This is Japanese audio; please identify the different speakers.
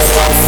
Speaker 1: resistance.